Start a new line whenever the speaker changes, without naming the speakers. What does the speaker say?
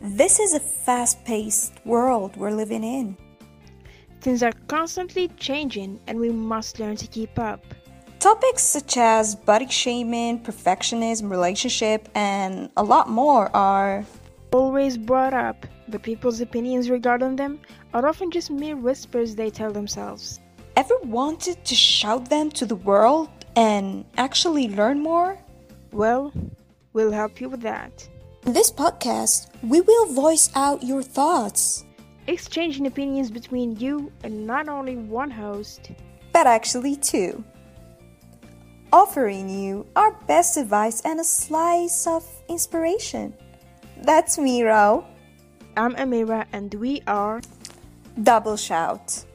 This is a fast paced world we're living in.
Things are constantly changing and we must learn to keep up.
Topics such as body shaming, perfectionism, relationship, and a lot more are
Always brought up, but people's opinions regarding them are often just mere whispers they tell themselves.
ever wanted to shout them to the world and actually learn more?
Well, we'll help you with that.
In this podcast, we will voice out your thoughts,
Exchanging opinions between you and not only one host,
but actually two. Offering you our best advice and a slice of inspiration. That's me, Rao.
I'm Amira and we are
Double shout.